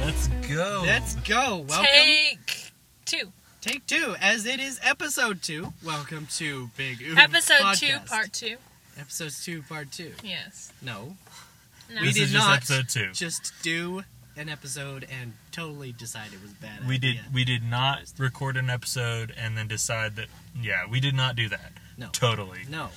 Let's go. Let's go. Welcome. Take two. Take two, as it is episode two. Welcome to Big Ooh Episode two, Podcast. part two. Episode two, part two. Yes. No, No. We this did is not. just episode two. just do an episode and totally decide it was a bad. we did idea. we did not record an episode and then decide that yeah we did not do that No. totally No.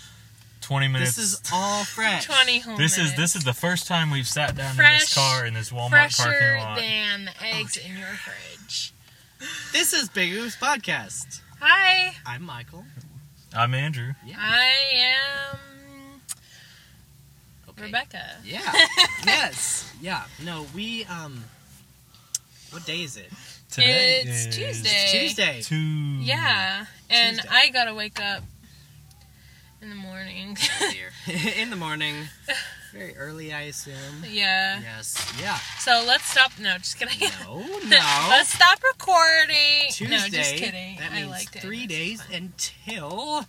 20 minutes This is all fresh. Twenty whole this is minutes. this is the first time we've sat down in Fresh- this car in this Walmart fresher parking lot than Oh the eggs in your fridge. This is Big Oo's podcast. Hi, I'm Michael. I'm Andrew Yeah. I am Okay. Rebecca. Yeah. yes. Yeah. No, we um. What day is it? today It's is Tuesday. It's Tuesday. two Yeah, and Mm. Tuesday. I gotta wake up in the morning. In the morning. Very early, I assume. yeah. Yes. Yeah. So let's stop. No, just kidding. No. No. let's stop recording. Tuesday. no, just kidding. That I means liked it. three It's days fun. until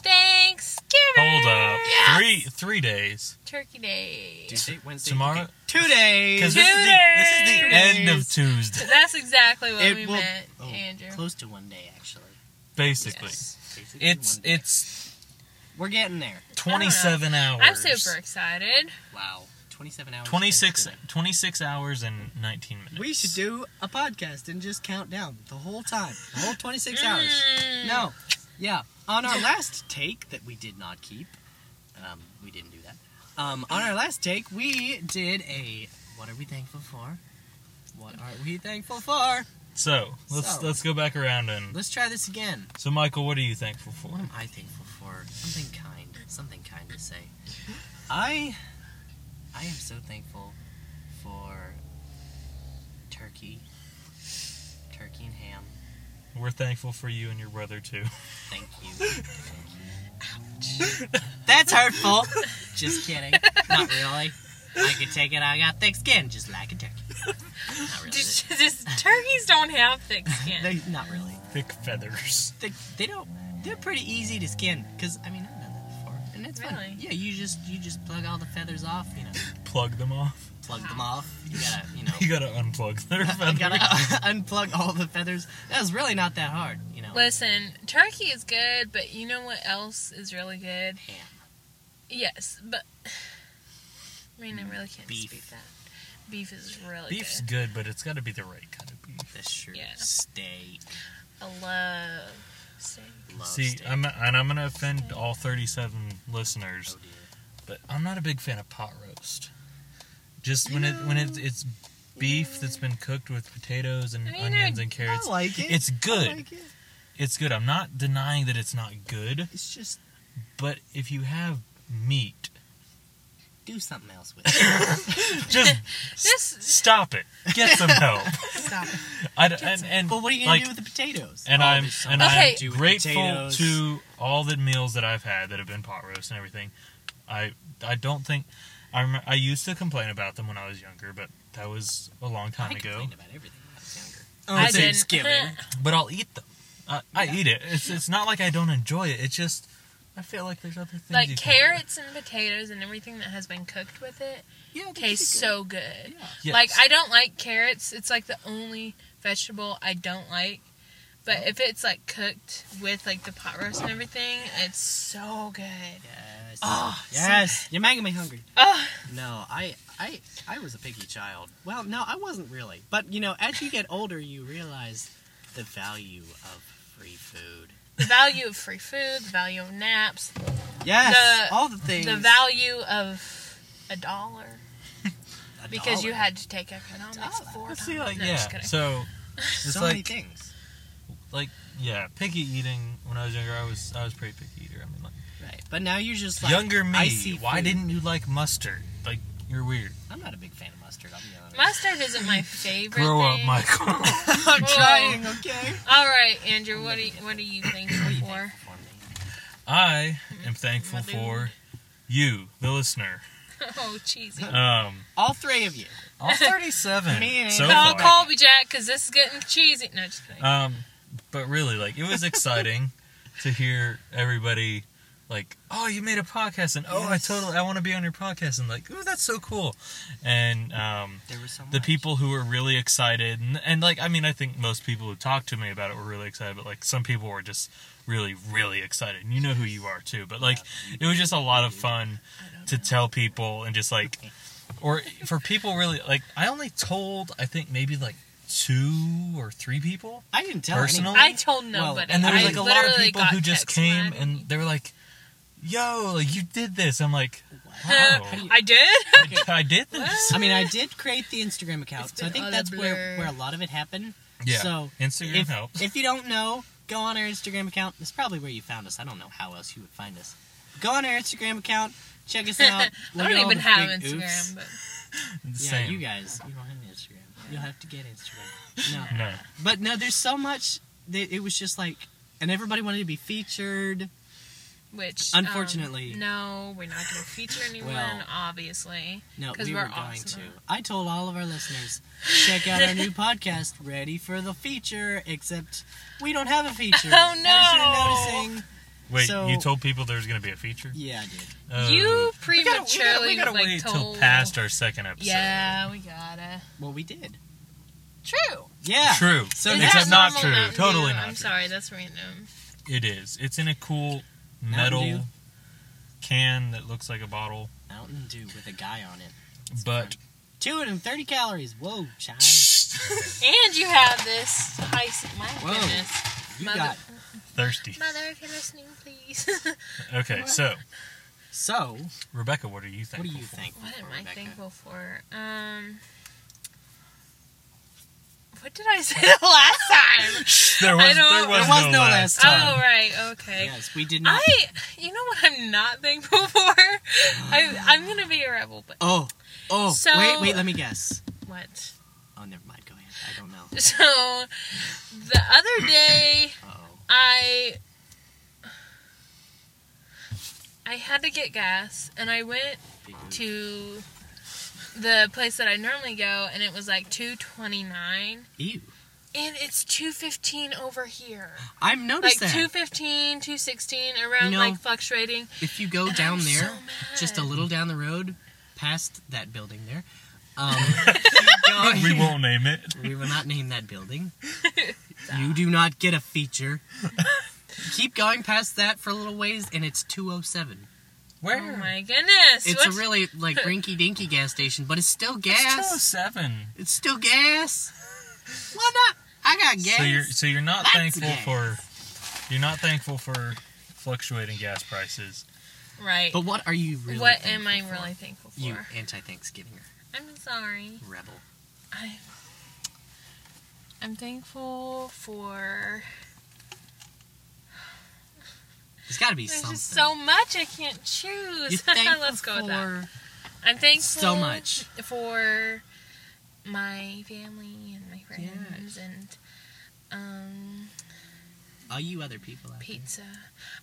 Thanksgiving. hold up Yes. three three days Turkey Day. Tuesday, Wednesday, tomorrow- okay. Two days. 'Cause Two this, is the, this is days. the end of Tuesday That's exactly what It we will- meant, oh, Andrew. Close to one day, actually. basically Yes. Basically it's one day. it's We're getting there. 27 hours I'm super excited. Wow. Twenty-seven hours. 26 Thanksgiving. 26 hours and 19 minutes We should do a podcast and just count down the whole time, the whole 26 hours. Mm. No, yeah. On our last take that we did not keep, um, we didn't do that. Um, on our last take, we did a what are we thankful for? What are we thankful for? so let's So. let's go back around and Let's try this again. so michael what are you thankful for What am I thankful for? Something kind, something kind to say. I, I am so thankful for turkey, turkey and ham. We're thankful for you and your brother too. Thank you. That's hurtful. Just kidding. Not really. I can take it. I got thick skin, just like a turkey. Not really. Just, just- turkeys don't have thick skin. They, not really. Thick feathers. They, they don't. They're pretty easy to skin. Cause I mean I've done that before, and it's Really? fun. Yeah, you just you just plug all the feathers off. You know, Plug them off. plug them off. You gotta you You know. gotta unplug their You feathers. gotta unplug all the feathers. That was really not that hard. You know. Listen, turkey is good, but you know what else is really good? Ham. Yes, but I mean, I really can't Mm, Beef. speak that. Beef is really Beef's good. good, but it's gotta be the right kind of beef. This sure Yeah. steak. I love steak. Love See, steak. I'm and I'm gonna offend all 37 listeners, Oh dear. but I'm not a big fan of pot roast. Just when it when it, it's beef that's been cooked with potatoes and I mean, onions I- and carrots. I like it. It's good. I like it. It's good. I'm not denying that it's not good, It's just but if you have meat, do something else with it. just This stop it. Get some help. Stop. it. I d and, and But what are you gonna like, do with the potatoes? and Oh, I'm there's so and much Okay. I'm do with grateful potatoes. to all the meals that I've had that have been pot roast and everything. I I don't think I rem- I used to complain about them when I was younger, but that was a long time I ago. complained about everything when Oh, I was younger. I it's didn't. Thanksgiving. But I'll eat them. I, I eat it. It's it's not like I don't enjoy it. It's just I feel like there's other things. like you can do. carrots and potatoes and everything that has been cooked with it yeah, that tastes should be so good. good. Yeah. Yes. Like I don't like carrots. It's like the only vegetable I don't like. But if it's like cooked with like the pot roast and everything, it's so good. Yes. Oh, yes. You're making me hungry. Oh, No, I, I, I was a picky child. Well, no, I wasn't really. But you know, as you get older, you realize the value of free food. the value of free food, the value of naps, Yes, The- all the things. the value of a dollar A because you dollar. had to take economics dollar. for See, no, like, I'm just yeah. kidding. So it's so like many things. like yeah, picky eating. When I was younger, I was I was pretty picky eater. I mean, like, Right, but now you're just like younger me. I see why food. didn't you like mustard? Like you're weird. I'm not a big fan of mustard. I'll be honest. mustard isn't my favorite. Grow up, thing. Michael. I'm Whoa. trying, okay. All right, Andrew, what are you, what are you thankful for? I Mm-hmm. am thankful My dude. for you, the listener. Oh, cheesy. Um, All three of you. all 37 Me and so Andrew. No, far. call me Jack, because this is getting cheesy. No, just kidding. Um, but really, like it was exciting to hear everybody like, "Oh, you made a podcast," and "Oh, I Yes. totally, I want to be on your podcast," and like, "Oh, that's so cool," and um, There was so much. the people who were really excited and, and like i mean i think most people who talked to me about it were really excited but like some people were just really really excited and you know who you are too but like it was just a lot of fun to tell people and just like or for people really like i only told i think maybe like two or three people I didn't tell Personal? anyone. I told nobody. and there was I like a lot of literally people got who just texts came when- and they were like yo like you did this i'm like Uh, wow I did. i did this What? I mean, I did create the Instagram account, It's so I been think all a that's where, blur. where a lot of it happened. yeah So, instagram if, helps if you don't know, go on our Instagram account. That's probably where you found us. I don't know how else you would find us. Go on our Instagram account. Check us out. Look at I don't all even the have big oops. Instagram, but Yeah, Same. you guys, you don't have an Instagram. You'll have to get Instagram. No, no but no, there's so much that it was just like, and everybody wanted to be featured. which Unfortunately- um, no, we're not going to feature anyone, Well, obviously. No, 'Cause we we're were going to. awesome. I told all of our listeners, check out our new podcast, Ready for the Feature, except we don't have a feature. Oh, As no. you're noticing, Wait, So- you told people there was going to be a feature? yeah, I did. Oh. you We gotta- we gotta, prematurely we gotta like wait told. till past our second episode. yeah, we gotta. Well, we did. True. Yeah. True. So Is next Except that time- not normal true. Mountain Totally Dew? not I'm true. sorry, that's random. It is. It's in a cool Mountain metal Dew? can that looks like a bottle, Mountain Dew with a guy on it. but 230 calories. Whoa, child. And you have this high. My Whoa. goodness. You Mother- got. thirsty. Mother, if you're listening, please. Okay, so So, Rebecca, what are you what do thankful you for? think? what am I Rebecca? thankful for? Um. What did I say the last time? There was, I don't- there was, There was no, no last last time. Oh right, okay. Yes, we did not. I, you know what I'm not thankful for? I, I'm gonna be a rebel, but Oh, oh. So- wait, wait, let me guess. what? Oh, never mind. Go ahead. I don't know. So, the other day, Uh-oh. I, I had to get gas, and I went Big oof. to the place that I normally go, and it was like 2.29, and Ew. it's 2.15 over here. I've Like noticed that. 2.15, 2.16, around You know, like fluctuating. if you go And down I'm so there, mad. just a little down the road, past that building there. Um, you go- We won't name it. We will not name that building. you do not get a feature. Keep going past that for a little ways, and it's 207. Oh my goodness! It's What- a really like rinky dinky gas station, but it's still gas. It's 207. It's, still gas. Why not? I got gas. So you're so you're not Lots of thankful gas. for you're not thankful for fluctuating gas prices. right. but what are you really? what am I thankful for? really thankful for? You anti-Thanksgiving I'm sorry. rebel. I'm, I'm thankful for. There's got to be There's something. just so much I can't You're choose. thankful Let's go with that. for I'm thankful so much. for my family and my friends and um, All you other people. out there. pizza.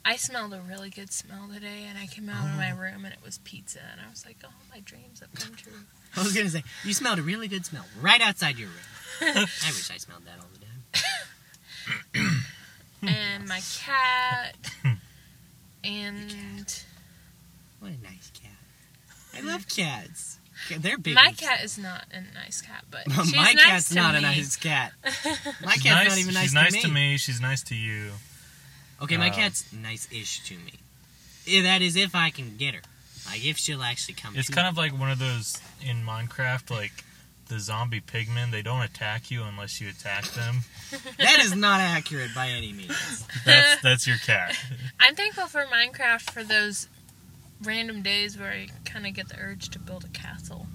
I smelled a really good smell today, and I came out of Oh. my room and it was pizza, and I was like, "Oh, my dreams have come true." I was gonna say you smelled a really good smell right outside your room. I wish I smelled that all the time. and my cat and What a nice cat. I love cats. Ca- They're big. my cat is not a nice cat but she's my nice cat's to not a me. nice cat. My She's nice, cat's not even nice, she's to, nice me. to me. She's nice to you. Okay, my Um, cat's nice-ish to me. Yeah, that is if I can get her. Like if she'll actually come. It's to kind of like one of those in Minecraft, like the zombie pigmen. They don't attack you unless you attack them. of that is not accurate by any means. That's that's your cat. i'm thankful for minecraft for those random days where i kind of get the urge to build a castle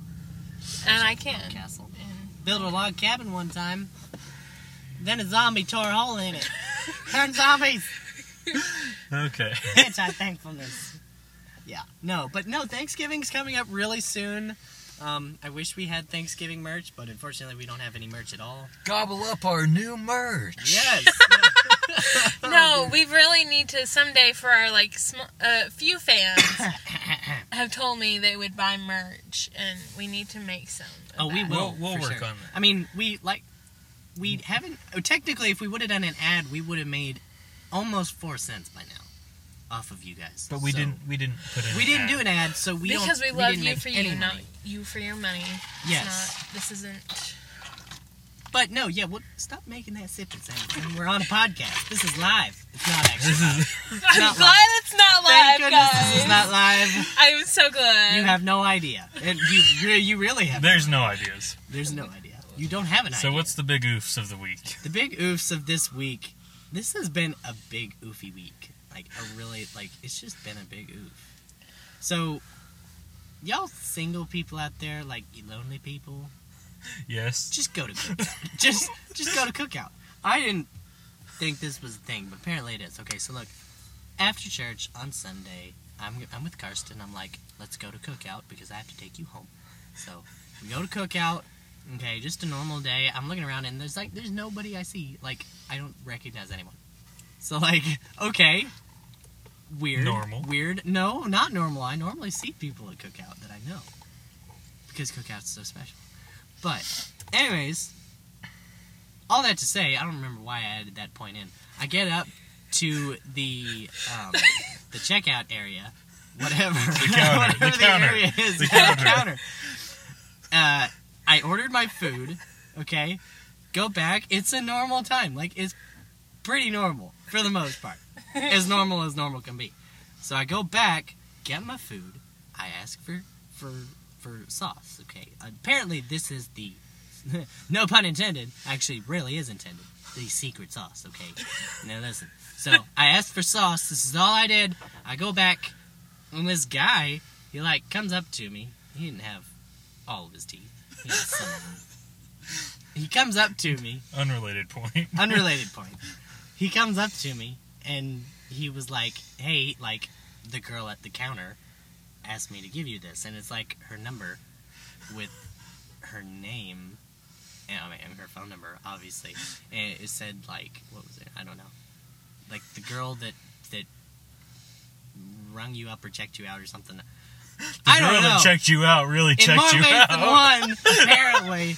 and i Log can Castle. Built a log cabin one time. Then a zombie tore a hole in it. Turn zombies. Okay. anti thankfulness. Yeah. No, but no, Thanksgiving's coming up really soon. Um, I wish we had Thanksgiving merch, but unfortunately we don't have any merch at all. Gobble up our new merch. Yes. Oh, no we really need to someday for our like sm- uh, few fans have told me they would buy merch and we need to make some of oh, we that. will. We'll- we'll for work sure. on that. I mean, we like we haven't. Oh, technically, if we would have done an ad, we would have made almost four cents by now off of you guys. But we So- didn't. We didn't put in. We an didn't ad. do an ad, so we because we don't, love didn't you make for any you, not money. you for your money. It's Yes. not- this isn't. But no, yeah, well, stop making that sip and sound. We're on a podcast. This is live. It's not actually. live. I'm not glad live. it's not live, Thank goodness guys. this is not live. I'm so glad. You have no idea. And you, re- you really have. There's no ideas. There's no idea. You don't have an idea. So what's the big oofs of the week? the big oofs of this week? This has been a big oofy week. Like a really like it's just been a big oof. So, y'all single people out there, like you lonely people, Yes. just go to cookout. just just go to cookout. I didn't think this was a thing, but apparently it is. Okay, so look, after church on Sunday, I'm I'm with Karsten. I'm like, let's go to cookout because I have to take you home. So we go to cookout. Okay, just a normal day. I'm looking around and there's like there's nobody I see. Like I don't recognize anyone. So like okay, weird. Normal. Weird. No, not normal. I normally see people at cookout that I know because cookout's so special. But, anyways, all that to say, I don't remember why I added that point in. I get up to the um, the checkout area, whatever the counter, whatever the counter, area is, the yeah, counter. Uh, I ordered my food. Okay, go back. It's a normal time. Like it's pretty normal for the most part, as normal as normal can be. So I go back, get my food. I ask for for for sauce. Okay. Apparently, this is the no pun intended. Actually, really is intended. The secret sauce. Okay. Now listen. So I asked for sauce. This is all I did. I go back, and this guy he like comes up to me. He didn't have all of his teeth. He, had some of them. he comes up to me Unrelated point. unrelated point. He comes up to me and he was like, "Hey, like the girl at the counter asked me to give you this, and it's like her number with her name and I mean her phone number, obviously, and it said like what was it? I don't know. Like the girl that that rung you up or checked you out or something. The I girl don't know. that checked you out really In more checked you ways out. than one, apparently.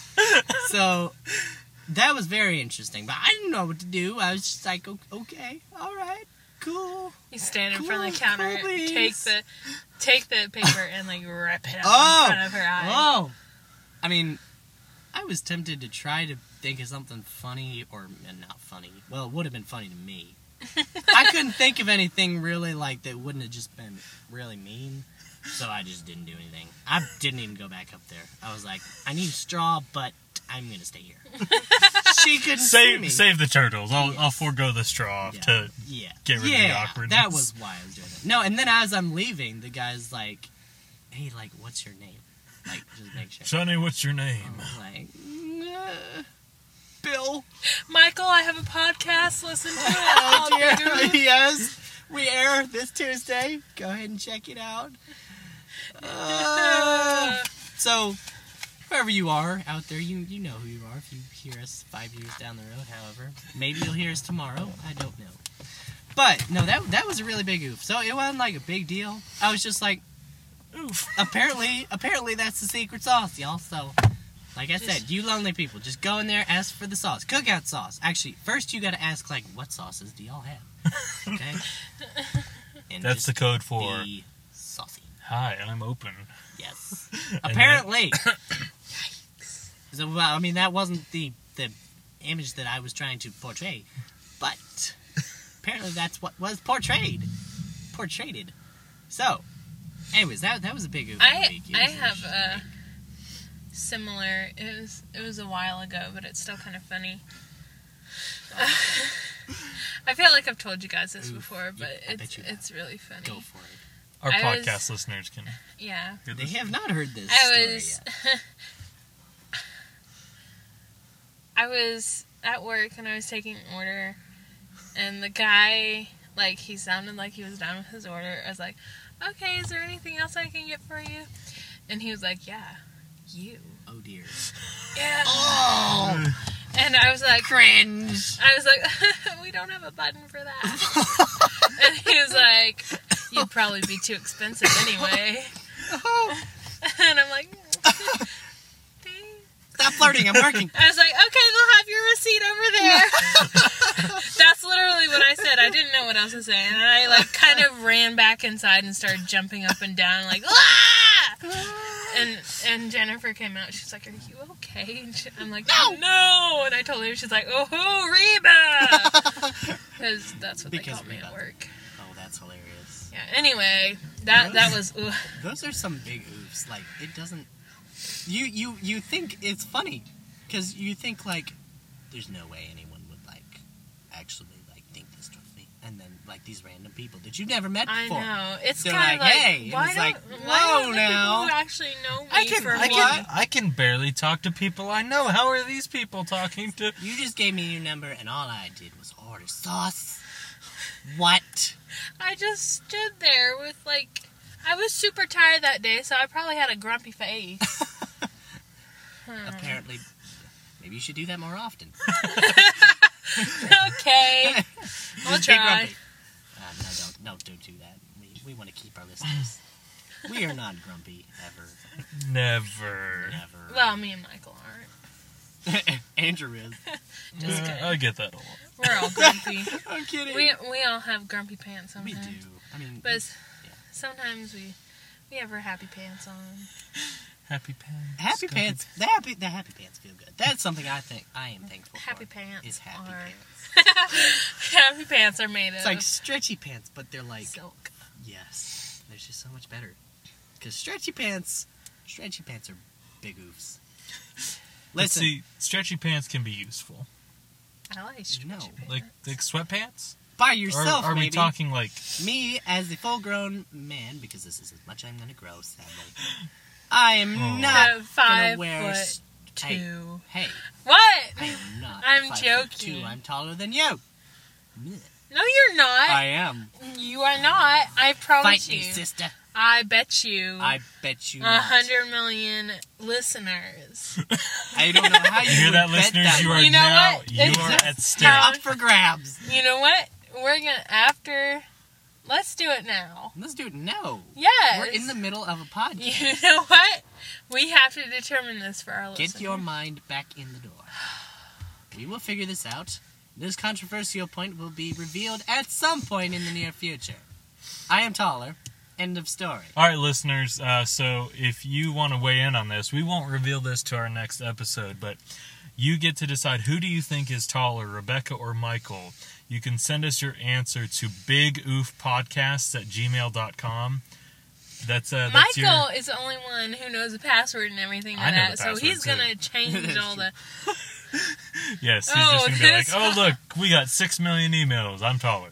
so that was very interesting, but I didn't know what to do. I was just like, "O- okay, all right, cool. You stand in front of the Cool, counter, please. take the take the paper and like rip it out Oh! in front of her eyes. Oh, I mean, I was tempted to try to think of something funny or not funny. Well, it would have been funny to me. I couldn't think of anything really like that wouldn't have just been really mean. So I just didn't do anything. I didn't even go back up there. I was like, I need a straw, but I'm gonna stay here. she couldn't see me. Save save the turtles. I'll I'll Yes. forego the straw Yeah. to yeah. get rid of the yeah, awkwardness. That was why I was doing it. No, and then as I'm leaving, the guy's like, "Hey, like, what's your name? Like, just make sure." Sonny, what's your name? I'm like, "Uh, Bill. Michael, I have a podcast. Listen to it. Oh I'll dear. do it. yes, we air this Tuesday. Go ahead and check it out. Uh, so, wherever you are out there, you you know who you are. If you hear us five years down the road, however, maybe you'll hear us tomorrow. I don't know. But no, that that was a really big oof. So it wasn't like a big deal. I was just like, Oof. apparently, apparently that's the secret sauce, y'all. So, like I said, you lonely people, just go in there, ask for the sauce, cookout sauce. Actually, first you gotta ask like, what sauces do y'all have? Okay. And That's the just code for be saucy. hi. I'm open. Yes. then- Apparently. so, well, I mean, that wasn't the the image that I was trying to portray, but apparently that's what was portrayed, portrayed. So, anyways, that that was a big. oof of the I week. It I was an have uh, interesting a week. similar. It was it was a while ago, but it's still kind of funny. I feel like I've told you guys this Oof, before, you- but I bet it's you have. it's really funny. Go for it. Our I was- podcast listeners can. Yeah. hear They this. have not heard this I story was- yet. I was at work and I was taking an order, and the guy, like, he sounded like he was done with his order. I was like, okay, is there anything else I can get for you? And he was like, yeah, you. Oh dear. Yeah. Oh, And I was like, cringe. I was like, we don't have a button for that. and he was like, you'd probably be too expensive anyway. and I'm like, thanks. Stop flirting. I'm Oh, working. I was like, okay, they'll have your receipt over there. That's literally what I said. I didn't know what else to say, and I like kind of ran back inside and started jumping up and down, like ah! And and Jennifer came out. She's like, "Are you okay?" And she, I'm like, "No, no!" And I told her, she's like, "Oh, Reba," because that's what Because they called me Reba. at work. Oh, that's hilarious. Yeah. Anyway, that that was ooh, Those are some big oofs. Like it doesn't. You you you think it's funny, because you think like, there's no way anyone would like, actually like think this of me, and then like these random people that you've never met I before. know it's They're kind of like, like, "Hey," and why it's don't like, why "Whoa, don't the now." people who actually know me I can, for I what? can, I can barely talk to people I know. How are these people talking to? You just gave me your number, and all I did was order sauce. What? I just stood there with like I was super tired that day, so I probably had a grumpy face. Hmm. Apparently, maybe you should do that more often. okay. I'll Just be try. grumpy. Uh, no, don't, no, don't do that. We, we want to keep our listeners. we are not grumpy ever, Never. never. Well, me and Michael aren't. Andrew is. Just Yeah, kidding. Uh, I get that a lot. We're all grumpy. I'm kidding. we we all have grumpy pants We sometimes. do. I mean, But s- sometimes we we have our happy pants on. Happy pants. happy Scumpy pants. The happy, the happy pants feel good. That's something I think I am thankful Happy for. pants Is happy are- pants. happy pants are made It's of like stretchy pants, but they're like silk. yes. They're just so much better. Cause stretchy pants, stretchy pants are big oofs. But Listen, see, stretchy pants can be useful. I like stretchy No, pants. Like like sweatpants. by Or yourself, are we maybe. talking like Me as a full-grown man, because this is as much I'm gonna grow. Sadly, I am Oh. not Uh, five gonna wear. foot s- two. hey, hey, What? I am not. I'm five foot joking. Two. I'm taller than you. Blech. No, you're not. I am. you are not. I promise Fight you. me, sister. I bet you. I bet you. A not. hundred million listeners. I don't know how you, You hear would that, bet listeners? that you are much. You know now what? you It's are just at stake. how- up for grabs. You know what? We're gonna after. Let's do it now. Let's do it. No, Yes. we're in the middle of a podcast. You know what? We have to determine this for our listeners. Get your mind back in the door. We will figure this out. This controversial point will be revealed at some point in the near future. I am taller. End of story. All right, listeners. Uh, so if you want to weigh in on this, we won't reveal this to our next episode, but you get to decide who do you think is taller, Rebecca or Michael. You can send us your answer to bigoofpodcasts at gmail.com. That's uh, that's your. Michael is the only one who knows the password and everything I like know that, the so he's password, gonna change That's all the. Yes, he's Oh, just gonna be like, this oh one." look, we got six million emails. I'm taller.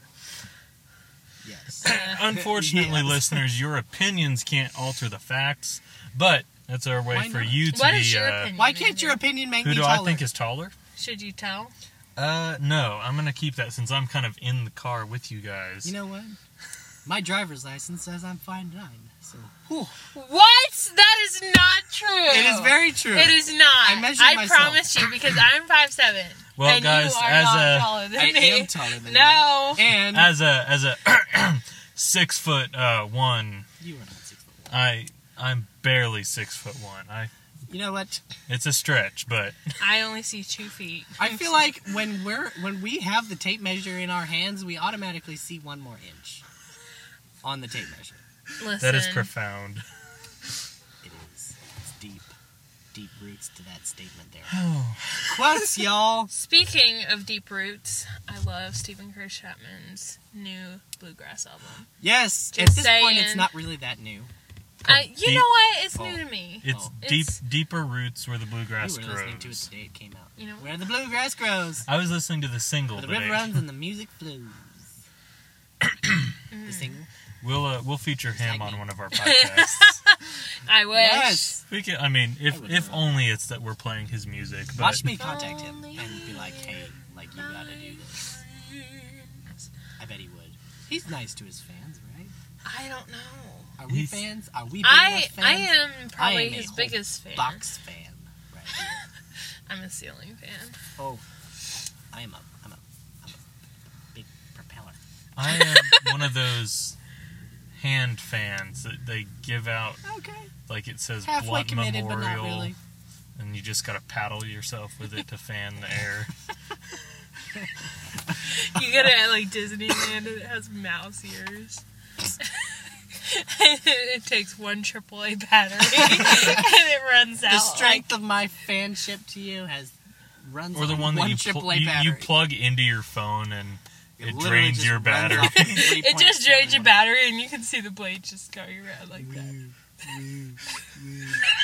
Yes. Unfortunately, Yes. listeners, your opinions can't alter the facts, but that's our way Why for not? you to What be. is your uh, opinion? Why can't your opinion make Who me do taller? I think is taller? Should you tell? Uh, no, I'm gonna keep that since I'm kind of in the car with you guys. You know what? My driver's license says I'm five nine. So What? That is not true. it is very true. It is not. I I, measured myself. promise you because I'm five seven. well, and guys, you are as not a taller than I me. am taller than No. you. And Uh, as a as a six foot uh one, you are not six foot one. I I'm barely six foot one. I You know what? it's a stretch, but I only see two feet. I feel like when we're when we have the tape measure in our hands, we automatically see one more inch on the tape measure. Listen, that is profound. It is. It's deep, deep roots to that statement there. Oh, Quotes, y'all. Speaking of deep roots, I love Stephen Curtis Chapman's new bluegrass album. Yes. Just at this point, it's saying. not really that new. Oh, Uh, you deep- know what? It's oh. new to me. it's Oh. deep It's- deeper roots where the We were bluegrass listening to it grows. the day it came out. You know- where the bluegrass grows, I was listening to the single where the today. river runs and the music flows. the single. We'll uh, we'll feature him Segment. on one of our podcasts. I wish. Yes. we can, I mean, if I would if love only it's that we're playing his music. But Watch me contact him and be like, "Hey, like you gotta do this." I bet he would. He's nice to his fans, right? I don't know. Are we He's- fans? Are we big I enough fans? I am probably I am a his whole biggest fan. box fan right here. I'm a ceiling fan. Oh, I am a, I'm a, I'm a big propeller. I am one of those hand fans that they give out, Okay. like it says Halfway blunt committed, memorial, but not really. and you just gotta paddle yourself with it to fan the air. You get it at like Disneyland and it has mouse ears. it takes one AAA battery and it runs out. The strength of my fanship to you has runs Or the on one that you, AAA pl- you, battery. you plug into your phone and it, literally drains just your runs battery. off of Like, it 3.7 just drains your battery and you can see the blade just going around like that.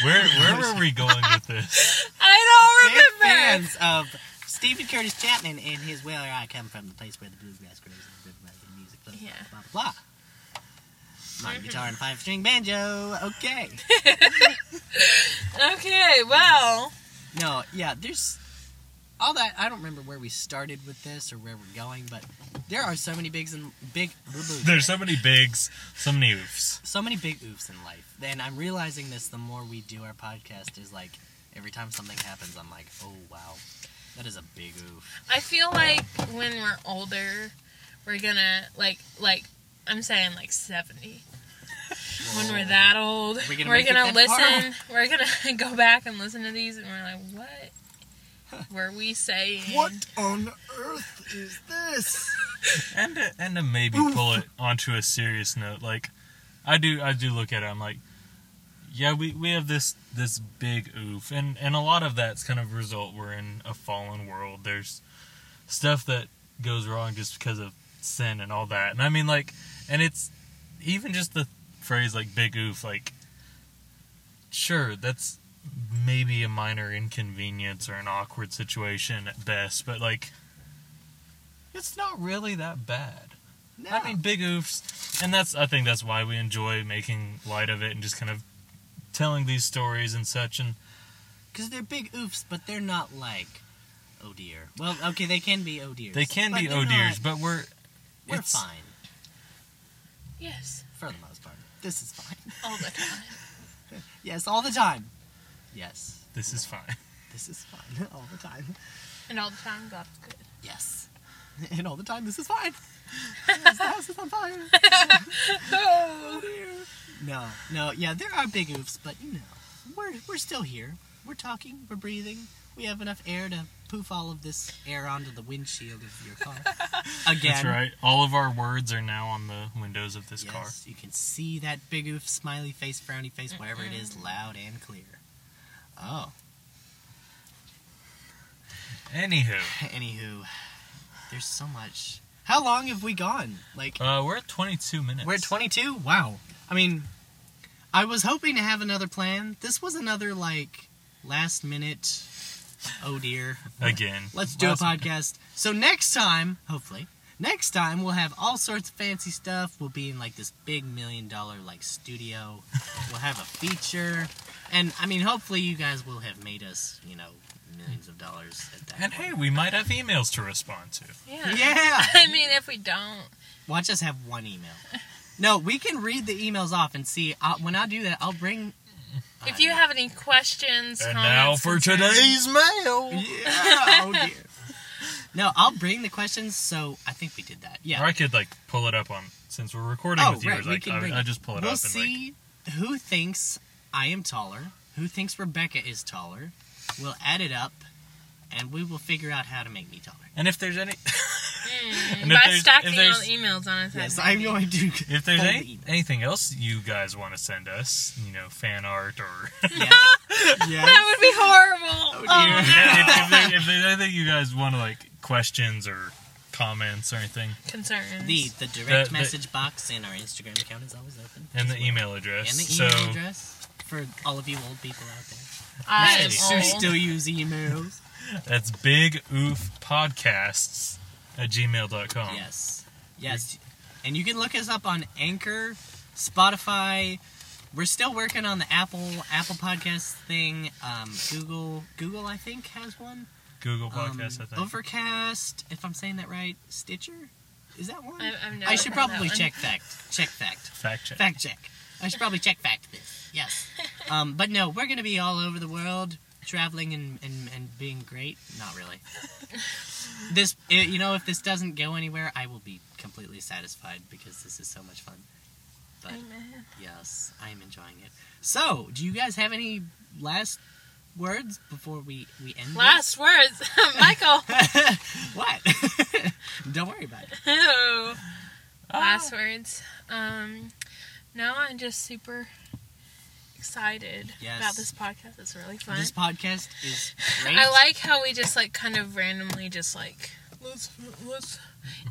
where where were we going with this? I Big don't remember. fans of Stephen Curtis Chapman and his Whaler I come from the place where the bluegrass grows and the rhythm of the music. Blah, blah, Yeah. blah, blah, blah. My guitar and five string banjo. Okay. Okay, well, No, yeah, there's all that. I don't remember where we started with this or where we're going, but there are so many bigs and big. blah, blah, There's so many bigs, so many oofs. so many big oofs in life. And I'm realizing this the more we do our podcast is like every time something happens, I'm like, oh wow, that is a big oof. I feel like when we're older, we're gonna like like I'm saying like 70. When Oh, we're that old, we gonna we're make it gonna that far? listen. We're gonna go back and listen to these, and we're like, what were we saying? on earth is this? And to, and to maybe pull it onto a serious note, like I do I do look at it. I'm like, yeah, we, we have this this big oof, and and a lot of that's kind of result. We're in a fallen world. There's stuff that goes wrong just because of sin and all that. And I mean, like, and it's even just the phrase like big oof, like, sure, that's maybe a minor inconvenience or an awkward situation at best, but like, it's not really that bad. No. I mean, big oofs, and that's I think that's why we enjoy making light of it and just kind of telling these stories and such. And because they're big oofs, but they're not like oh dear. Well, okay, they can be oh dears. they can but be they're oh dears, not- but we're we're it's- fine Yes, for the most part. This is fine. all the time. Yes, all the time. Yes, this is fine. this is fine all the time. And all the time, God is good. Yes. And all the time, this is fine. Yes, the house is on fire. Oh, No, no, yeah, there are big oofs, but you know, we're, we're still here. We're talking, we're breathing. We have enough air to poof all of this air onto the windshield of your car. Again. That's right. All of our words are now on the windows of this Yes, car. you can see that big oof, smiley face, frowny face, whatever it is, loud and clear. Oh. Anywho, Anywho, there's so much. How long have we gone? Like, uh, we're at 22 minutes. We're at 22? Wow. I mean, I was hoping to have another plan. This was another, like, last minute. Oh dear. again. Let's do Last- a podcast. So next time, hopefully, next time we'll have all sorts of fancy stuff. We'll be in, like, this big million dollar, like, studio. we'll have a feature. And, I mean, hopefully you guys will have made us, you know, millions of dollars at that And hey, point. we might have emails to respond to. yeah. Yeah! I mean, if we don't, Watch us have one email. No, we can read the emails off and see. i when I do that, I'll bring. if you have any questions, And now comments, for concerns- today's mail. Yeah. Oh dear. No, I'll bring the questions. So I think we did that. Yeah. Or I could like pull it up on since we're recording Oh, with you. right, it's we Like, can I, bring I it. just pull it we'll up and like see who thinks I am taller, who thinks Rebecca is taller. We'll add it up, and we will figure out how to make me taller. And if there's any Mm, And if by there's- stacking if all there's- the emails on e- us. Yes, I'm going to. if there's Pull the any, email. anything else you guys want to send us, you know, fan art or Yeah. That would be horrible. Oh, dear. if, if, there, if there's anything you guys want to like questions or comments or anything, Concerns. The the direct The- the- message box in our Instagram account is always open. and Just the wait. email address. And the so email address for all of you old people out there I Hey, am Susie. who old. still use emails. that's big oof podcasts at gmail.com. yes. Yes. And you can look us up on Anchor, Spotify. We're still working on the Apple Apple Podcast thing. Um, Google Google I think has one. Google Um, Podcasts, I think. Overcast, if I'm saying that right. Stitcher? Is that one? I- I've never I should heard that probably one. check fact. Check fact. Fact check. fact check. I should probably check fact this. Yes. Um, but no, we're going to be all over the world traveling and, and, and being great. Not really. this, i you know, if this doesn't go anywhere, I will be completely satisfied because this is so much fun. But Amen. yes, I am enjoying it. So, do you guys have any last words before we, we end Last words, Michael. this? What? Don't worry about it. Ew. Ah. Last words. Um, no, I'm just super excited Yes. about this podcast. It's really fun. This podcast is great. I like how we just like kind of randomly just like let's let's.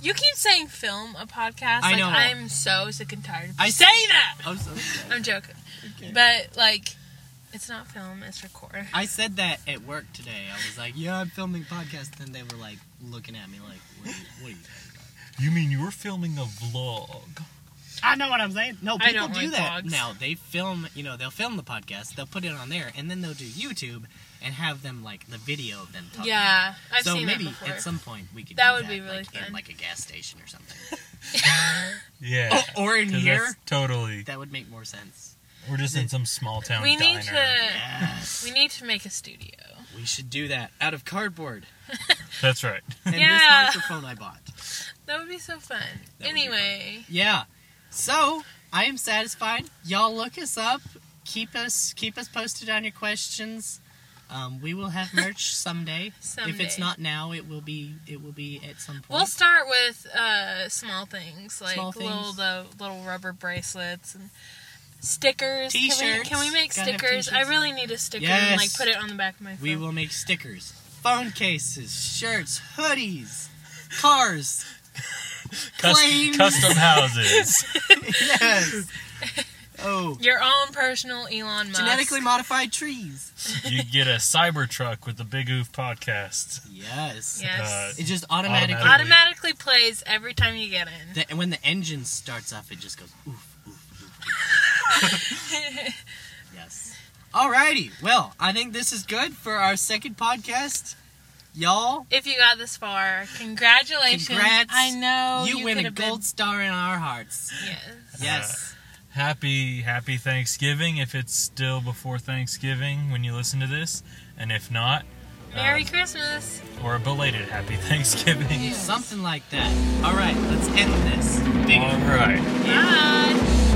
You keep saying film a podcast. I like, know. I'm so sick and tired. Of I I say see- that. I'm Oh, so sorry. I'm joking, Okay. but like, it's not film. It's record. I said that at work today. I was like, "Yeah, I'm filming podcast," and they were like looking at me like, "What are you, what are you talking about?" You mean you were filming a Oh, vlog? I know what I'm saying. No, I people don't do like that vlogs. now. They film, you know, they'll film the podcast, they'll put it on there, and then they'll do YouTube and have them like the video of them talking. Yeah, I've Oh, so seen maybe that before. at some point we could. That do would be really like, fun. in like a gas station or something. Oh, Yeah. or in 'Cause here. that's totally. That would make more sense. We're just in some small town we diner. need to Yes. we need to make a studio. We should do that out of cardboard That's right. and Yeah. this microphone I bought. That would be so fun. That would be anyway, Yeah. So I am satisfied. Y'all look us up. Keep us keep us posted on your questions. Um, we will have merch someday. If Someday. it's not now, it will be. It will be at some point. we'll start with uh, small things like Small little things. the little rubber bracelets and stickers. Can we- T-shirts. Can we, make Gotta have stickers? I t-shirts. really need a sticker and like Yes. put it on the back of my phone. we will make stickers, phone cases, shirts, hoodies, cars. Custom, Planes. custom houses. yes. Oh, Your own personal Elon Musk. genetically modified trees. You get a Cybertruck with the Big Oof podcast. Yes. Uh, Yes. It just automatically. Automatic- Automatically plays every time you get in. The, and when the engine starts up, it just goes oof, oof, oof. oof. yes. Alrighty. Well, I think this is good for our second podcast. Y'all, If you got this far, congratulations. Congrats. I know Oh, you, win could a have been- gold star in our hearts. Yes. Yes. Happy, happy Thanksgiving if it's still before Thanksgiving when you listen to this. And if not, Merry Christmas. or a belated happy Thanksgiving. Something like that. Alright, let's end this. Big All right. Bye.